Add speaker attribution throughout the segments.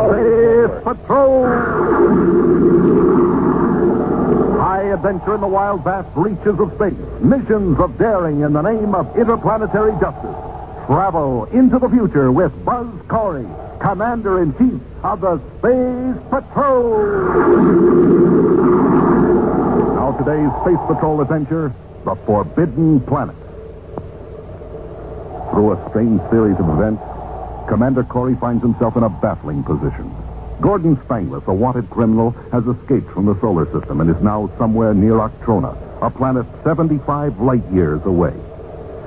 Speaker 1: Police Patrol! High adventure in the wild, vast reaches of space. Missions of daring in the name of interplanetary justice. Travel into the future with Buzz Corey, Commander in Chief of the Space Patrol. Now, today's Space Patrol adventure The Forbidden Planet. Through a strange series of events, Commander Corey finds himself in a baffling position. Gordon Spanglis, a wanted criminal, has escaped from the solar system and is now somewhere near Octrona, a planet 75 light years away.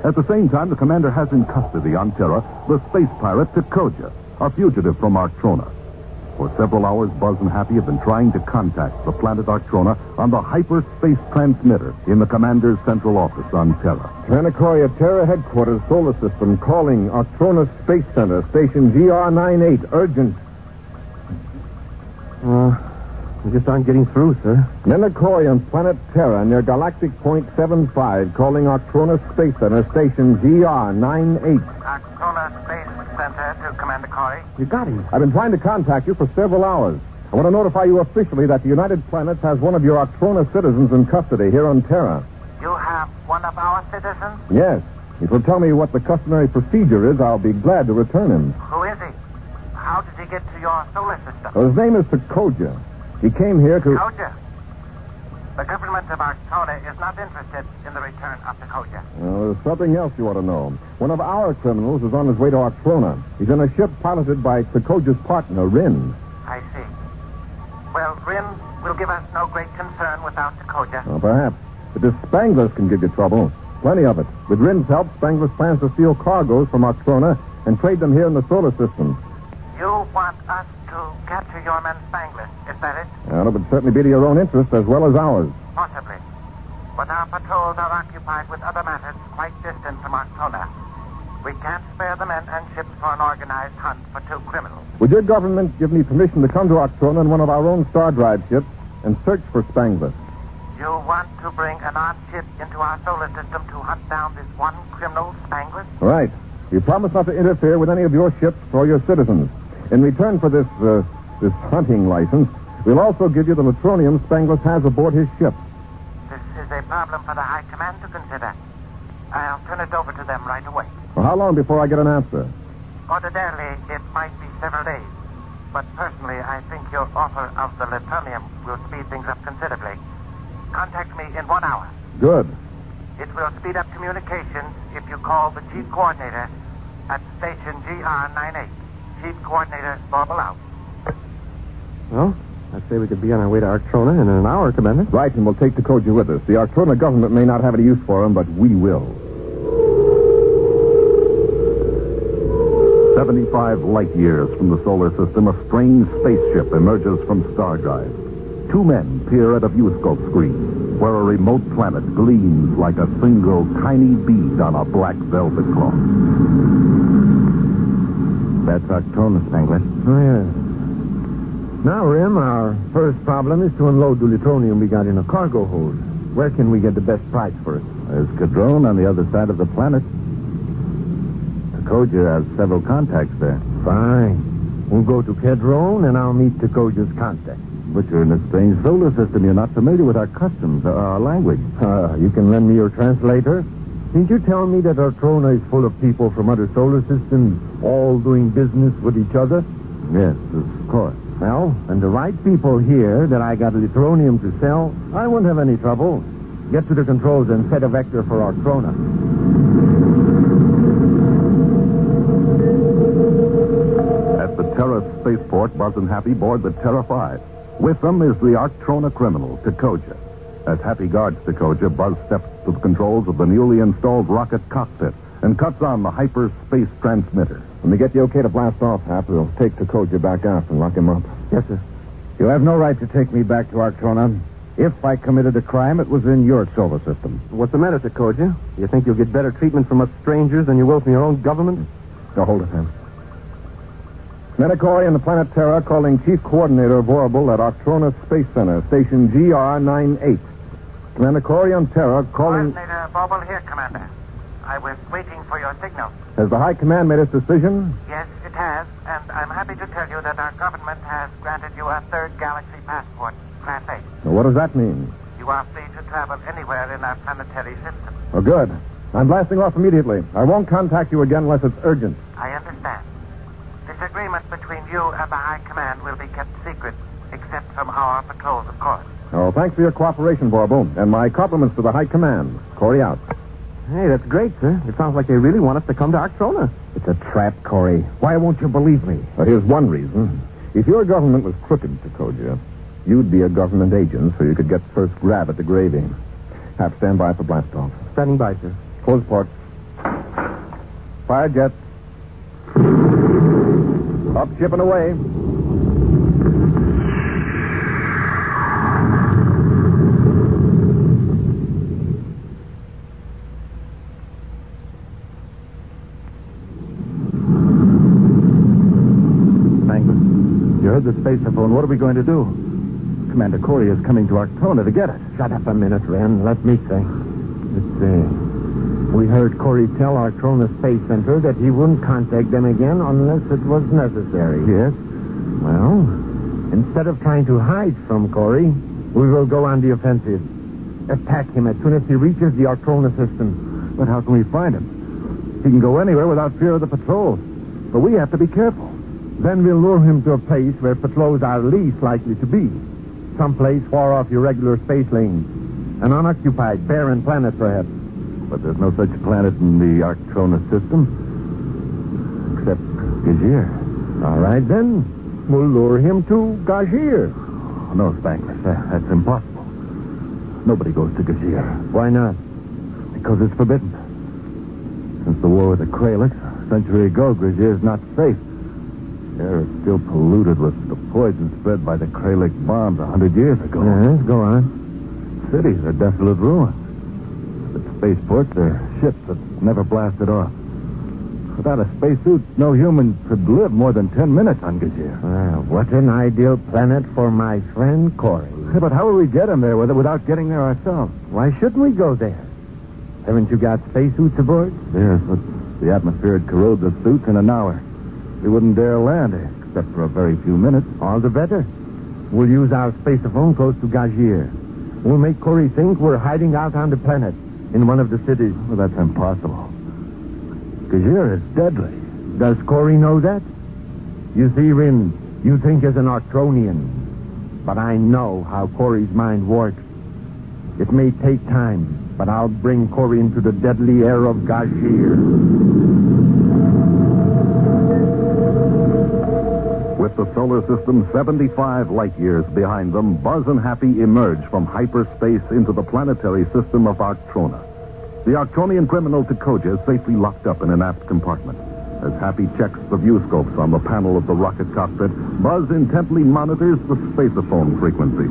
Speaker 1: At the same time, the commander has in custody on Terra the space pirate Tekoja, a fugitive from Octrona. For several hours, Buzz and Happy have been trying to contact the planet Arctrona on the hyperspace transmitter in the commander's central office on Terra.
Speaker 2: Planicoria Terra Headquarters Solar System calling Arctrona Space Center, station GR98, urgent.
Speaker 3: Uh, we just aren't getting through, sir.
Speaker 2: Nenakoi on planet Terra near Galactic Point 75 calling Arctrona Space Center, station GR98.
Speaker 4: Arctona Space Center to Commander Corey.
Speaker 3: You got him.
Speaker 2: I've been trying to contact you for several hours. I want to notify you officially that the United Planets has one of your Octrona citizens in custody here on Terra.
Speaker 4: You have one of our citizens?
Speaker 2: Yes. If you'll tell me what the customary procedure is, I'll be glad to return him.
Speaker 4: Who is he? How did he get to your solar system?
Speaker 2: Well, his name is Sokoja. He came here to.
Speaker 4: Koja. The government of Arctona is not interested in the return of the Koja.
Speaker 2: Well, there's something else you ought to know. One of our criminals is on his way to Octrona. He's in a ship piloted by Sokoja's partner, Rin.
Speaker 4: I see. Well, Rin will give us no great concern without the Koja.
Speaker 2: Well, perhaps. But this Spangler's can give you trouble. Plenty of it. With Rin's help, Spangler's plans to steal cargoes from Octrona and trade them here in the solar system.
Speaker 4: You want us to capture your man Spangler, is that it?
Speaker 2: Well, it would certainly be to your own interest as well as ours.
Speaker 4: Possibly. But our patrols are occupied with other matters quite distant from Arctona. We can't spare the men and ships for an organized hunt for two criminals.
Speaker 2: Would your government give me permission to come to Octrona in one of our own star drive ships and search for Spangler?
Speaker 4: You want to bring an armed ship into our solar system to hunt down this one criminal, Spangler?
Speaker 2: Right. You promise not to interfere with any of your ships or your citizens. In return for this, uh, this hunting license, we'll also give you the latronium Spangler has aboard his ship.
Speaker 4: This is a problem for the High Command to consider. I'll turn it over to them right away.
Speaker 2: Well, how long before I get an answer?
Speaker 4: Ordinarily, it might be several days. But personally, I think your offer of the latronium will speed things up considerably. Contact me in one hour.
Speaker 2: Good.
Speaker 4: It will speed up communications if you call the chief coordinator at station GR98. Chief coordinator, Barbel out.
Speaker 3: Well, I'd say we could be on our way to Arctrona in an hour, Commander.
Speaker 2: Right, and we'll take the Koja with us. The Arctrona government may not have any use for him, but we will.
Speaker 1: 75 light years from the solar system, a strange spaceship emerges from Stardrive. Two men peer at a viewscope screen where a remote planet gleams like a single tiny bead on a black velvet cloth.
Speaker 5: That's Octonus, Spangler.
Speaker 3: Oh, yeah. Now, Rim, our first problem is to unload the plutonium we got in a cargo hold. Where can we get the best price for it?
Speaker 5: There's Cadrone on the other side of the planet. Takoja has several contacts there.
Speaker 3: Fine. We'll go to Kedron and I'll meet Takoja's contact.
Speaker 5: But you're in a strange solar system. You're not familiar with our customs or our language.
Speaker 3: Uh, you can lend me your translator? Didn't you tell me that Artrona is full of people from other solar systems all doing business with each other?
Speaker 5: Yes, of course.
Speaker 3: Well, and the right people here that I got litronium to sell, I won't have any trouble. Get to the controls and set a vector for Arctrona.
Speaker 1: At the Terra spaceport, Buzz and Happy board the Terra 5. With them is the Arctrona criminal, Tekoja. As Happy guards Tekoja, Buzz steps to the controls of the newly installed rocket cockpit and cuts on the hyperspace transmitter.
Speaker 2: When we get the okay to blast off, Hap, we'll take Takoja back out and lock him up.
Speaker 3: Yes, sir.
Speaker 5: You have no right to take me back to Arctona. If I committed a crime, it was in your solar system.
Speaker 3: What's the matter, Takoja? You think you'll get better treatment from us strangers than you will from your own government?
Speaker 2: Now hold it, Hap. Metakori and the planet Terra calling Chief Coordinator Vorable at Arctrona Space Center, station GR98. Metakori on Terra calling.
Speaker 4: Coordinator Bobble here, Commander. I was waiting for your signal.
Speaker 2: Has the High Command made its decision?
Speaker 4: Yes, it has, and I'm happy to tell you that our government has granted you a third galaxy passport, Class A.
Speaker 2: Now, what does that mean?
Speaker 4: You are free to travel anywhere in our planetary system.
Speaker 2: Oh, good. I'm blasting off immediately. I won't contact you again unless it's urgent.
Speaker 4: I understand. This agreement between you and the High Command will be kept secret, except from our patrols, of course.
Speaker 2: Oh, thanks for your cooperation, Borbo, and my compliments to the High Command. Corey out.
Speaker 5: Hey, that's great, sir. It sounds like they really want us to come to Arctrona. It's a trap, Corey. Why won't you believe me?
Speaker 2: Now, here's one reason. If your government was crooked, Tecodia, you'd be a government agent so you could get first grab at the gravy. Have stand by for blastoff.
Speaker 5: Standing by, sir.
Speaker 2: Close port. Fire jet. Up, ship and away.
Speaker 5: Spangler, you heard the spacephone. What are we going to do? Commander Corey is coming to Arctona to get us. Shut up a minute, Ren. Let me think. Let's see. We heard Corey tell Arctrona Space Center that he wouldn't contact them again unless it was necessary. Yes? Well, instead of trying to hide from Corey, we will go on the offensive. Attack him as soon as he reaches the Arctrona system. But how can we find him? He can go anywhere without fear of the patrol. But we have to be careful. Then we'll lure him to a place where patrols are least likely to be. Someplace far off your regular space lane. An unoccupied, barren planet, perhaps.
Speaker 1: But there's no such planet in the Arctrona system. Except Gajir.
Speaker 5: All right, then. We'll lure him to Gajir.
Speaker 1: Oh, no, Spangler. that- That's impossible. Nobody goes to Gajir
Speaker 5: Why not?
Speaker 1: because it's forbidden. Since the war with the Kralix a century ago, Gajir's not safe. Air is still polluted with the poison spread by the Kralik bombs a hundred years ago.
Speaker 5: Uh-huh, go on.
Speaker 1: Cities are desolate ruins. At spaceports, there are ships that never blasted off. Without a spacesuit, no human could live more than ten minutes on Gajir.
Speaker 5: Well, what an ideal planet for my friend Corey.
Speaker 1: Yeah, but how will we get him there with- without getting there ourselves?
Speaker 5: Why shouldn't we go there? Haven't you got spacesuits aboard?
Speaker 1: Yes, but the atmosphere would corrode the suits in an hour. We wouldn't dare land, except for a very few minutes.
Speaker 5: All the better. We'll use our spaceophone close to Gajir. We'll make Corey think we're hiding out on the planet in one of the cities.
Speaker 1: Well, that's impossible. Gajir is deadly.
Speaker 5: Does Corey know that? You see, Rin, you think as an Arctronian, but I know how Corey's mind works. It may take time, but I'll bring Corey into the deadly air of Gashir.
Speaker 1: With the solar system 75 light years behind them, Buzz and Happy emerge from hyperspace into the planetary system of Arctrona. The Arctronian criminal Tekoja is safely locked up in an aft compartment. As Happy checks the view scopes on the panel of the rocket cockpit, Buzz intently monitors the spacophone frequency.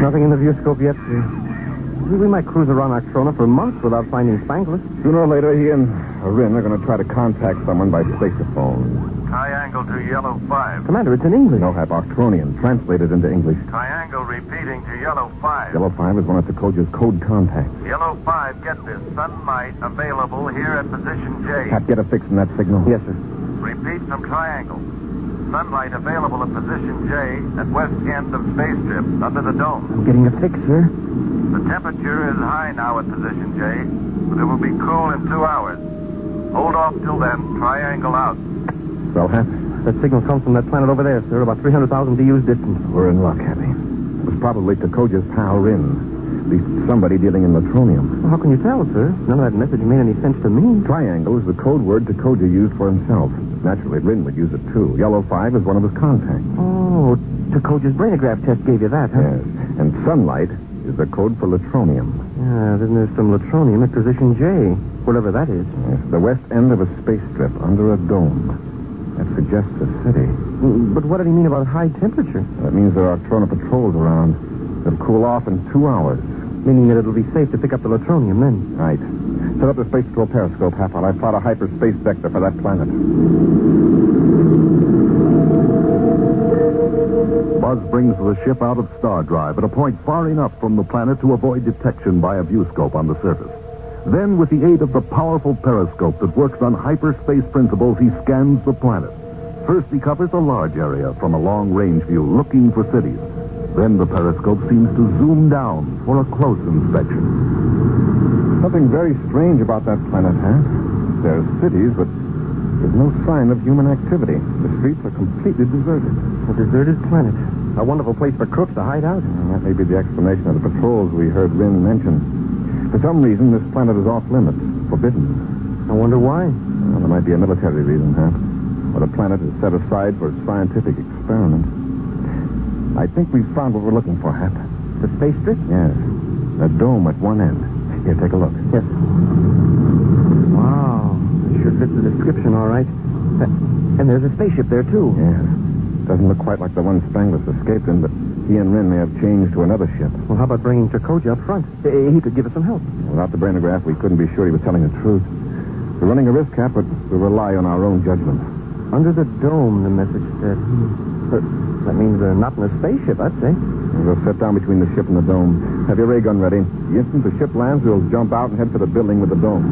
Speaker 5: Nothing in the viewscope yet, sir. We might cruise around Arctrona for months without finding Spangler.
Speaker 2: Sooner or later, he and Rin are going to try to contact someone by spacephone.
Speaker 6: Triangle to yellow five.
Speaker 5: Commander, it's in English.
Speaker 2: No, have Octronian translated into English.
Speaker 6: Triangle repeating to yellow five.
Speaker 2: Yellow Five is one of Tecoja's code contacts.
Speaker 6: Yellow five, get this. Sunlight available here at position J.
Speaker 2: Cap, get a fix in that signal.
Speaker 5: Yes, sir.
Speaker 6: Repeat from triangle. Sunlight available at position J at west end of space strip under the dome.
Speaker 5: I'm getting a fix, sir.
Speaker 6: The temperature is high now at position J, but it will be cool in two hours. Hold off till then. Triangle out.
Speaker 2: Well, Hap,
Speaker 5: That signal comes from that planet over there, sir, about 300,000 BUs distant.
Speaker 2: we're in luck, Happy. It was probably Tecoja's pal Rin. At least somebody dealing in Latronium.
Speaker 5: How can you tell, sir? None of that message made any sense to me.
Speaker 2: Triangle is the code word Tecoja used for himself. Naturally, Rin would use it too. Yellow Five is one of his contacts.
Speaker 5: Oh, Takoja's brainograph test gave you that, huh?
Speaker 2: Yes. And sunlight is the code for Latronium.
Speaker 5: Yeah, then there's some latronium at position J, whatever that is.
Speaker 2: Yes, the west end of a space strip under a dome. That suggests a city.
Speaker 5: Mm, But what did he mean about high temperature?
Speaker 2: That means there are Trona patrols around. They'll cool off in two hours.
Speaker 5: Meaning that it'll be safe to pick up the latronium then.
Speaker 2: Right. Set up the space patrol periscope, Hap, while I plot a hyperspace vector for that planet.
Speaker 1: Buzz brings the ship out of star drive at a point far enough from the planet to avoid detection by a viewscope on the surface. Then, with the aid of the powerful periscope that works on hyperspace principles, he scans the planet. First, he covers a large area from a long range view looking for cities. Then the periscope seems to zoom down for a close inspection.
Speaker 2: Something very strange about that planet, huh? There's cities, but there's no sign of human activity. The streets are completely deserted.
Speaker 5: A deserted planet. A wonderful place for crooks to hide out.
Speaker 2: And that may be the explanation of the patrols we heard Lynn mention. For some reason, this planet is off limits, forbidden.
Speaker 5: I wonder why.
Speaker 2: Well, there might be a military reason, huh? Or the planet is set aside for scientific experiments. I think we've found what we're looking for, Hap.
Speaker 5: The space strip?
Speaker 2: Yes. A dome at one end. Here, take a look.
Speaker 5: Yes. Wow. It sure fits the description, all right. Uh, And there's a spaceship there, too.
Speaker 2: Yes. Doesn't look quite like the one Spanglis escaped in, but he and Wren may have changed to another ship.
Speaker 5: Well, how about bringing Dracoja up front? Eh, He could give us some help.
Speaker 2: Without the brainograph, we couldn't be sure he was telling the truth. We're running a risk, Cap, but we rely on our own judgment.
Speaker 5: Under the dome, the message said. Hmm. But that means they're not in a spaceship, I'd say.
Speaker 2: We'll set down between the ship and the dome. Have your ray gun ready. The instant the ship lands, we'll jump out and head for the building with the dome.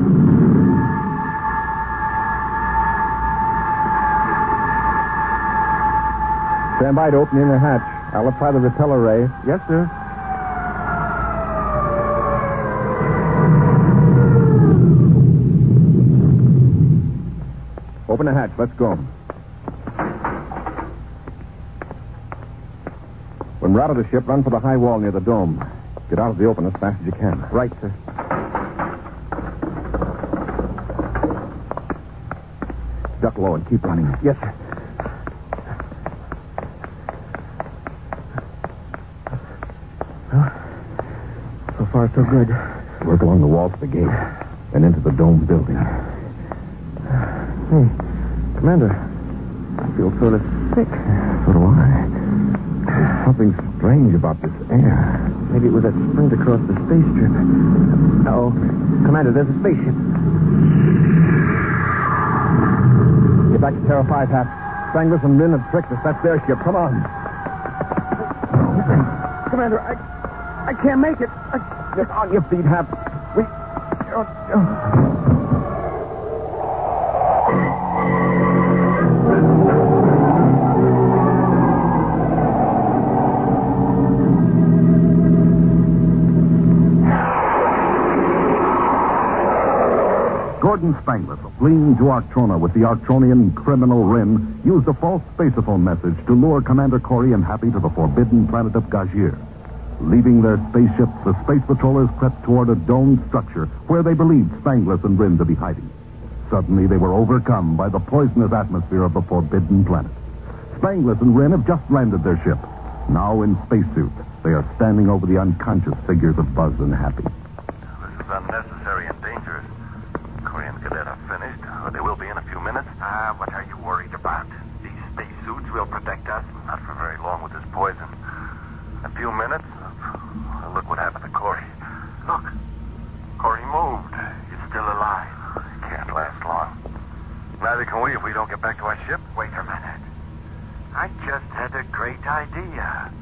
Speaker 2: Stand by to open the inner hatch. I'll apply the repeller ray.
Speaker 5: Yes, sir.
Speaker 2: Open the hatch. Let's go. When we're out of the ship, run for the high wall near the dome. Get out of the open as fast as you can.
Speaker 5: Right, sir.
Speaker 2: Duck low and keep running.
Speaker 5: Yes, sir. Well, so far, so good.
Speaker 2: Work along the wall to the gate and into the dome building.
Speaker 5: Hey, Commander, I feel sort of sick.
Speaker 2: So do I. There's something strange about this air.
Speaker 5: Maybe it was that sprint across the space strip. Oh, Commander, there's a spaceship.
Speaker 2: Get back to Terra 5, Hap. Stranglers and Lynn have tricked us. That's their ship. Come on.
Speaker 5: Commander, I, I can't make it. I,
Speaker 2: Get on your feet, Hap. We.
Speaker 1: Gordon Spangler, fleeing to Arctrona with the Arctronian criminal Wren, used a false spaceophone message to lure Commander Corey and Happy to the forbidden planet of Gajir. Leaving their spaceship, the space patrollers crept toward a domed structure where they believed Spanglis and Wren to be hiding. Suddenly, they were overcome by the poisonous atmosphere of the forbidden planet. Spanglis and Wren have just landed their ship. Now in spacesuits, they are standing over the unconscious figures of Buzz and Happy.
Speaker 6: This is unnecessary and dangerous. Korean cadet are finished, or they will be in a few minutes. Ah, what are you worried about? These spacesuits will protect us, not for very long with this poison. A few minutes? Well, look what happened to Corey. Look, Corey moved. He's still alive. It can't last long. Neither can we if we don't get back to our ship. Wait a minute. I just had a great idea.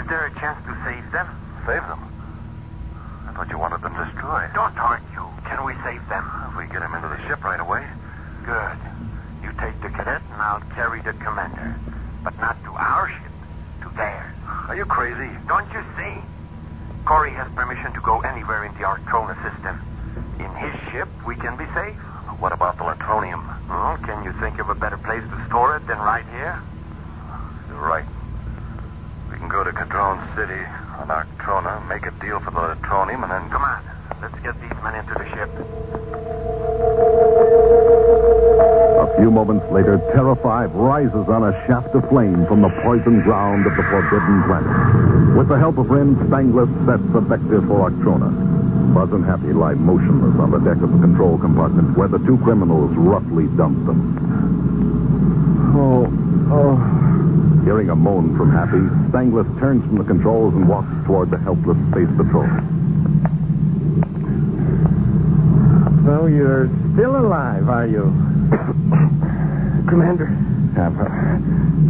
Speaker 6: Is there a chance to save them? Save them? I thought you wanted them destroyed. Don't argue. Can we save them? If we get them into the ship right away. Good. You take the cadet and I'll carry the commander. But not to our ship, to theirs. Are you crazy? Don't you see? Corey has permission to go anywhere in the Arctrona system. In his ship, we can be safe. What about the Latronium? can you think of a better place to store it than right here? You're right. We can go to Cadron City on Arctrona, make a deal for the Latronium, and then. Come on. Let's get these men into the ship.
Speaker 1: A few moments later, Terra 5 rises on a shaft of flame from the poisoned ground of the Forbidden Planet. With the help of Ren, Spangler sets the vector for Arctrona. Buzz and Happy lie motionless on the deck of the control compartment where the two criminals roughly dump them.
Speaker 5: Oh, oh.
Speaker 1: Hearing a moan from Happy, Spangler turns from the controls and walks toward the helpless space patrol.
Speaker 5: So you're still alive, are you? Commander,
Speaker 2: Hap, uh,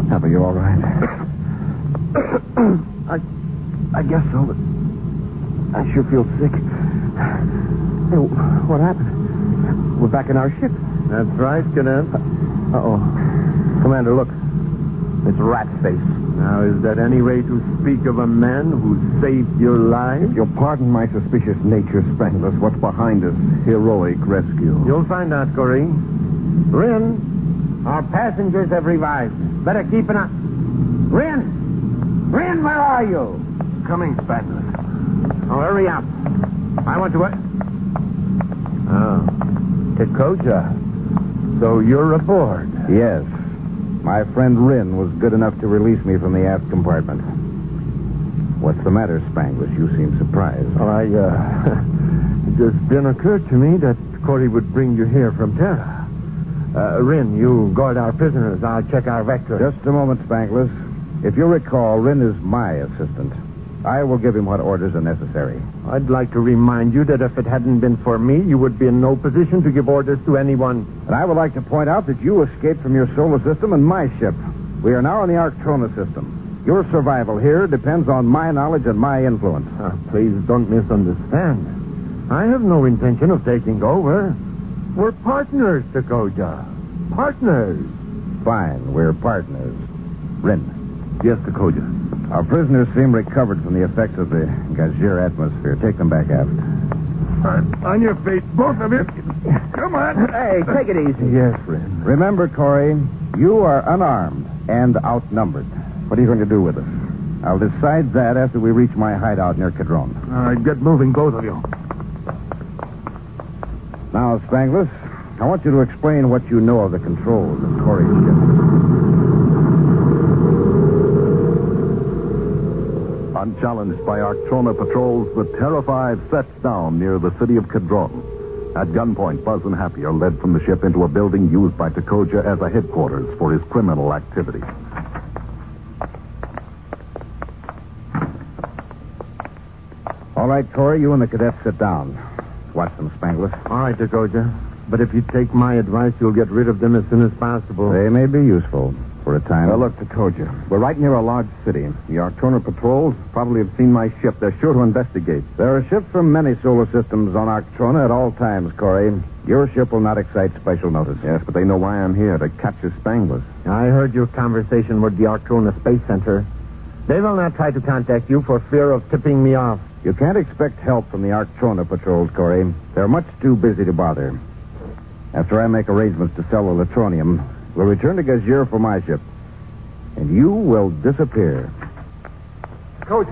Speaker 2: Hap, are you all right?
Speaker 5: I I guess so, but I sure feel sick. Hey, what happened? We're back in our ship. That's right, Cadet. Uh oh. Commander, look. It's Rat Face. Now, is that any way to speak of a man who saved your life?
Speaker 2: If you'll pardon my suspicious nature, Spanglis, what's behind this heroic rescue?
Speaker 5: You'll find out, Corey. Rin, our passengers have revived. Better keep an eye. Rin! Rin, where are you?
Speaker 6: Coming, Spangler.
Speaker 5: Oh, hurry up. I want to. What? Oh. Tekoja. So you're aboard.
Speaker 2: Yes. My friend Ryn was good enough to release me from the aft compartment. What's the matter, Spanglis? You seem surprised.
Speaker 3: Well, I, uh, it just didn't occur to me that Corey would bring you here from Terra. Uh, Rin, you guard our prisoners. I'll check our vector.
Speaker 2: Just a moment, Spanglis. If you recall, Ryn is my assistant. I will give him what orders are necessary.
Speaker 3: I'd like to remind you that if it hadn't been for me, you would be in no position to give orders to anyone.
Speaker 2: And I would like to point out that you escaped from your solar system and my ship. We are now in the Arctrona system. Your survival here depends on my knowledge and my influence.
Speaker 3: Ah, please don't misunderstand. I have no intention of taking over. We're partners, Dakota. Partners.
Speaker 2: Fine, we're partners. Rin,
Speaker 6: Yes, Dakota.
Speaker 2: our prisoners seem recovered from the effects of the Gajir atmosphere. Take them back aft.
Speaker 6: on your feet, both of you. Come on.
Speaker 5: Hey, take it easy.
Speaker 3: Yes, Rin.
Speaker 2: Remember, Corey, you are unarmed and outnumbered. What are you going to do with us? I'll decide that after we reach my hideout near Cadron.
Speaker 6: All right, get moving, both of you.
Speaker 2: Now, Spanglis, I want you to explain what you know of the controls of Corey's ship.
Speaker 1: Unchallenged by Arctrona patrols, the Terra 5 sets down near the city of Cadron. At gunpoint, Buzz and Happy are led from the ship into a building used by Takoja as a headquarters for his criminal activity.
Speaker 2: All right, Corey, you and the cadets sit down. Watch them, Spanglis.
Speaker 3: All right, Dakota. But if you take my advice, you'll get rid of them as soon as possible.
Speaker 2: They may be useful for a time.
Speaker 5: Now, look, Takoja. We're right near a large city. The Arctona patrols probably have seen my ship. They're sure to investigate.
Speaker 2: There are ships from many solar systems on Arctrona at all times, Corey. Your ship will not excite special notice.
Speaker 5: Yes, but they know why I'm here to capture Spangler.
Speaker 3: I heard your conversation with the Arctrona Space Center. They will not try to contact you for fear of tipping me off.
Speaker 2: You can't expect help from the Arctrona patrols, Corey. They're much too busy to bother. After I make arrangements to sell the Latronium, we'll return to Gazir for my ship. And you will disappear.
Speaker 6: Coach,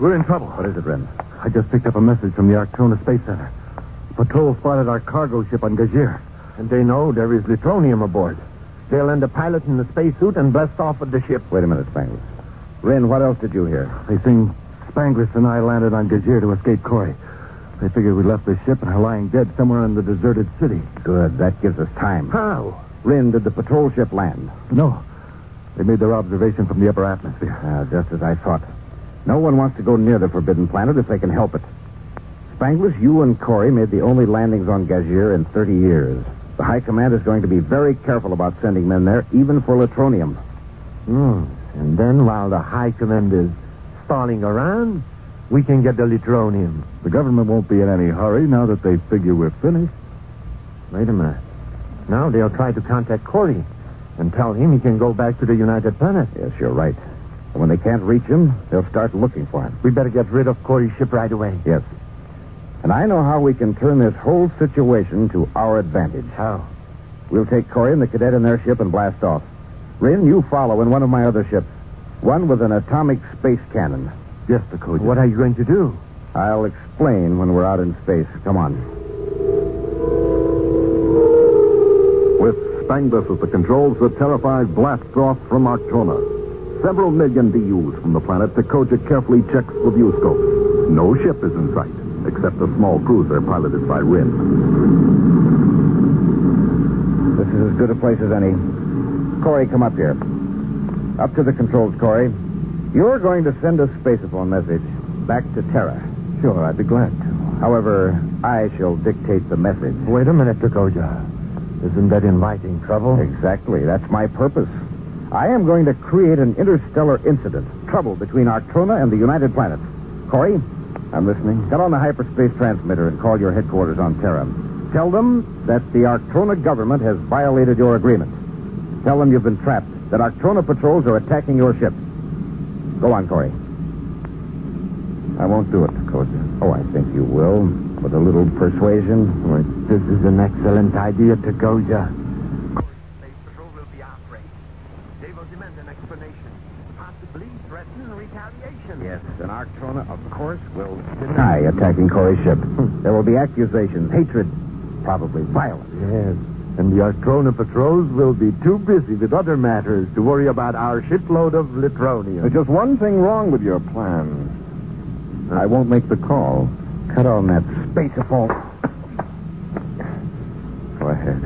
Speaker 6: we're in trouble.
Speaker 2: What is it, Ren?
Speaker 5: I just picked up a message from the Arctona Space Center. Patrol spotted our cargo ship on Gajir.
Speaker 3: And they know there is Litronium aboard. They'll land a pilot in a spacesuit and blast off with the ship.
Speaker 2: Wait a minute, Spangles. Ren, what else did you hear?
Speaker 5: They think Spanglis and I landed on Gajir to escape Corey. They figured we left the ship and are lying dead somewhere in the deserted city.
Speaker 2: Good. That gives us time.
Speaker 3: How?
Speaker 2: Rin, did the patrol ship land?
Speaker 5: No. They made their observation from the upper atmosphere.
Speaker 2: Ah, just as I thought. No one wants to go near the Forbidden Planet if they can help it. Spanglis, you and Corey made the only landings on Gazir in 30 years. The High Command is going to be very careful about sending men there, even for Latronium.
Speaker 3: Hmm. And then while the High Command is stalling around, we can get the Litronium.
Speaker 6: The government won't be in any hurry now that they figure we're finished.
Speaker 3: Wait a minute. Now they'll try to contact Corey and tell him he can go back to the United Planet.
Speaker 2: Yes, you're right. And when they can't reach him, they'll start looking for him.
Speaker 3: We better get rid of Corey's ship right away.
Speaker 2: Yes. And I know how we can turn this whole situation to our advantage.
Speaker 3: How?
Speaker 2: We'll take Corey and the cadet in their ship and blast off. Rin, you follow in one of my other ships, one with an atomic space cannon.
Speaker 6: Yes, Dakota.
Speaker 3: What are you going to do?
Speaker 2: I'll explain when we're out in space. Come on.
Speaker 1: With Spanglis at the controls, the terrified blasts off from Arctona. Several million DUs from the planet, Takoja carefully checks the view scopes. No ship is in sight, except a small cruiser piloted by Rin.
Speaker 2: This is as good a place as any. Corey, come up here. Up to the controls, Corey. You're going to send a spacephone message back to Terra.
Speaker 3: Sure, I'd be glad to.
Speaker 2: However, I shall dictate the message.
Speaker 3: Wait a minute, Dakota. Isn't that inviting trouble?
Speaker 2: Exactly. That's my purpose. I am going to create an interstellar incident, trouble between Arctona and the United Planets. Corey, I'm listening. Get on the hyperspace transmitter and call your headquarters on Terra. Tell them that the Arctrona government has violated your agreement. Tell them you've been trapped, that Arctrona patrols are attacking your ship. Go on, Corey. I won't do it, Dakota. Oh, I think you will. With a little persuasion.
Speaker 5: This is an excellent idea, Tagoja.
Speaker 4: Space Patrol will be our friend. They will demand an explanation, possibly threaten retaliation.
Speaker 2: Yes, and Arctrona, of course, will deny attacking Corey's ship. there will be accusations, hatred, probably violence.
Speaker 5: Yes. And the Arctrona patrols will be too busy with other matters to worry about our shipload of Litronium.
Speaker 1: There's just one thing wrong with your plan. I won't make the call.
Speaker 2: Cut on that spaceophone. Go ahead.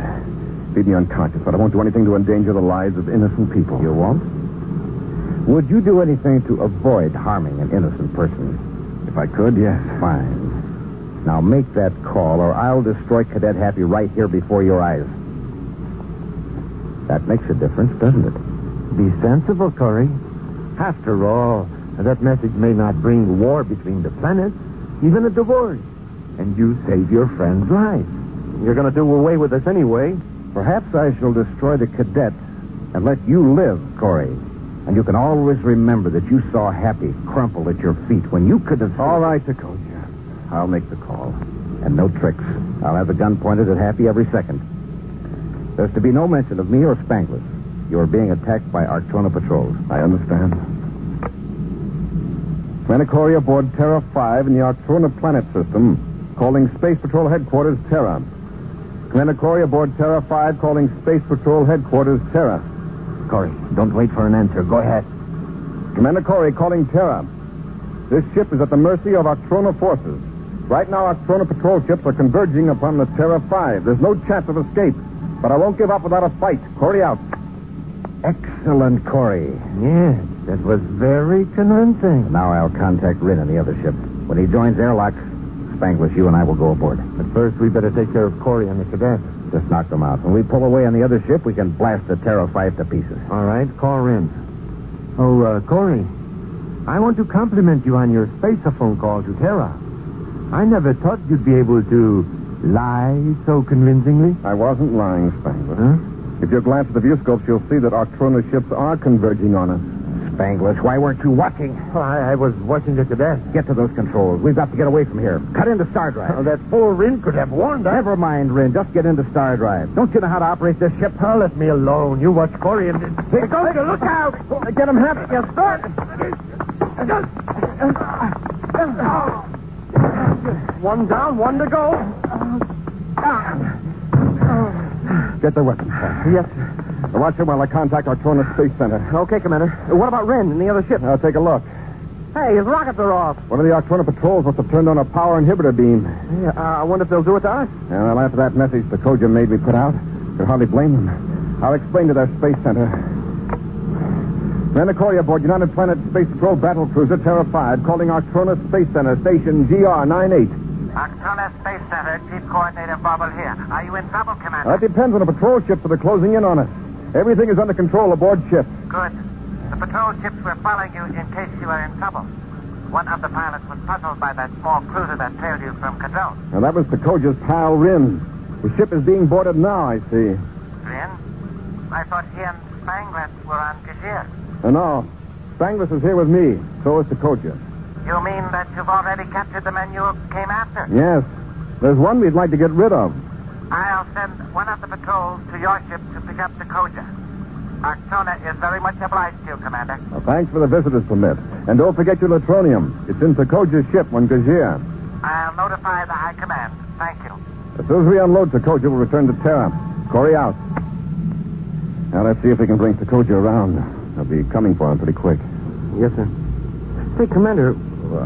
Speaker 1: Leave me unconscious, but I won't do anything to endanger the lives of innocent people.
Speaker 2: You won't? Would you do anything to avoid harming an innocent person? If I could, yes. Fine. Now make that call, or I'll destroy Cadet Happy right here before your eyes. That makes a difference, doesn't it?
Speaker 5: Be sensible, Corey. After all, that message may not bring war between the planets, even a divorce. And you save your friend's life. You're going to do away with us anyway.
Speaker 2: Perhaps I shall destroy the cadet and let you live, Corey. And you can always remember that you saw Happy crumple at your feet when you could have.
Speaker 1: All right, Takoja. I'll make the call.
Speaker 2: And no tricks. I'll have the gun pointed at Happy every second. There's to be no mention of me or Spangler. You are being attacked by Arctona patrols.
Speaker 1: I understand. Manicoria aboard Terra 5 in the Arcturna planet system, calling Space Patrol headquarters Terra. Manicoria aboard Terra 5 calling Space Patrol headquarters Terra.
Speaker 5: Corey, don't wait for an answer. Go ahead.
Speaker 1: Commander Corey calling Terra. This ship is at the mercy of Octrona forces. Right now, Octrona patrol ships are converging upon the Terra 5. There's no chance of escape. But I won't give up without a fight. Corey out.
Speaker 2: Excellent, Corey.
Speaker 5: Yes, that was very convincing.
Speaker 2: Now I'll contact Rin in the other ship. When he joins airlock, Spanglish, you and I will go aboard.
Speaker 5: But first, we better take care of Corey and the cadet.
Speaker 2: Just knock them out. When we pull away on the other ship, we can blast the Terra 5 to pieces.
Speaker 5: All right, call in. Oh, uh, Corey, I want to compliment you on your spaceophone call to Terra. I never thought you'd be able to lie so convincingly.
Speaker 1: I wasn't lying, Spangler.
Speaker 5: Huh?
Speaker 1: If you glance at the viewscopes, you'll see that Octrona ships are converging on us.
Speaker 2: Spanglish, why weren't you watching?
Speaker 5: I, I was watching the cadet.
Speaker 2: Get to those controls. We've got to get away from here. Cut into star drive.
Speaker 5: that fool Rin could have warned us.
Speaker 2: Never mind, Rin. Just get into star drive. Don't you know how to operate this ship?
Speaker 5: Oh, let me alone. You watch Corey and. Hey, go, look out!
Speaker 2: Get him happy. Yes, start.
Speaker 5: One down, one to go.
Speaker 1: Get their weapons, Spangler.
Speaker 5: Yes, sir.
Speaker 1: Watch them while I contact Octrona Space Center.
Speaker 5: Okay, Commander. What about Ren and the other ship?
Speaker 1: Now, take a look.
Speaker 5: Hey, his rockets are off.
Speaker 1: One of the Octrona patrols must have turned on a power inhibitor beam.
Speaker 5: Yeah, uh, I wonder if they'll do it to us.
Speaker 1: And well, after that message the Koja made me put out, could hardly blame them. I'll explain to their space center. Manicoria aboard United Planet Space Patrol battle cruiser Terra 5 calling Arctrona Space Center station GR98.
Speaker 4: Octona Space Center, Chief Coordinator Bobble here. Are you in trouble, Commander?
Speaker 1: That depends on the patrol ships that are closing in on us. Everything is under control aboard ship.
Speaker 4: Good. The patrol ships were following you in case you were in trouble. One of the pilots was puzzled by that small cruiser that trailed you from Cadell.
Speaker 1: Now that was the Koja's pal Rin. The ship is being boarded now, I see.
Speaker 4: Rin, I thought he and Spangler were on Gajir.
Speaker 1: And now, Spanglis is here with me. So is the Koja.
Speaker 4: You mean that you've already captured the men you came after?
Speaker 1: Yes. There's one we'd like to get rid of.
Speaker 4: I'll send one of the patrols to your ship to pick up the Koja. Arctona is very much obliged to you, Commander.
Speaker 1: Now, thanks for the visitor's permit. And don't forget your Latronium. It's in Sokoja's ship on Gajir.
Speaker 4: I'll notify the High Command. Thank you.
Speaker 1: As soon as we unload Sokoja, we'll return to Terra. Corey out. Now let's see if we can bring Sokoja around. They'll be coming for him pretty quick.
Speaker 5: Yes, sir. Say, Commander,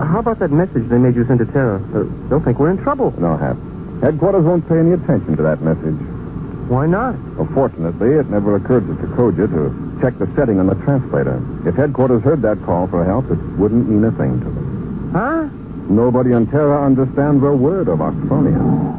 Speaker 5: how about that message they made you send to Terra? Uh, they'll think we're in trouble.
Speaker 1: No, Hap. Headquarters won't pay any attention to that message.
Speaker 5: Why not?
Speaker 1: Well, fortunately, it never occurred to Sokoja to check the setting on the translator. If headquarters heard that call for help, it wouldn't mean a thing to them.
Speaker 5: Huh?
Speaker 1: Nobody on Terra understands a word of Octronian.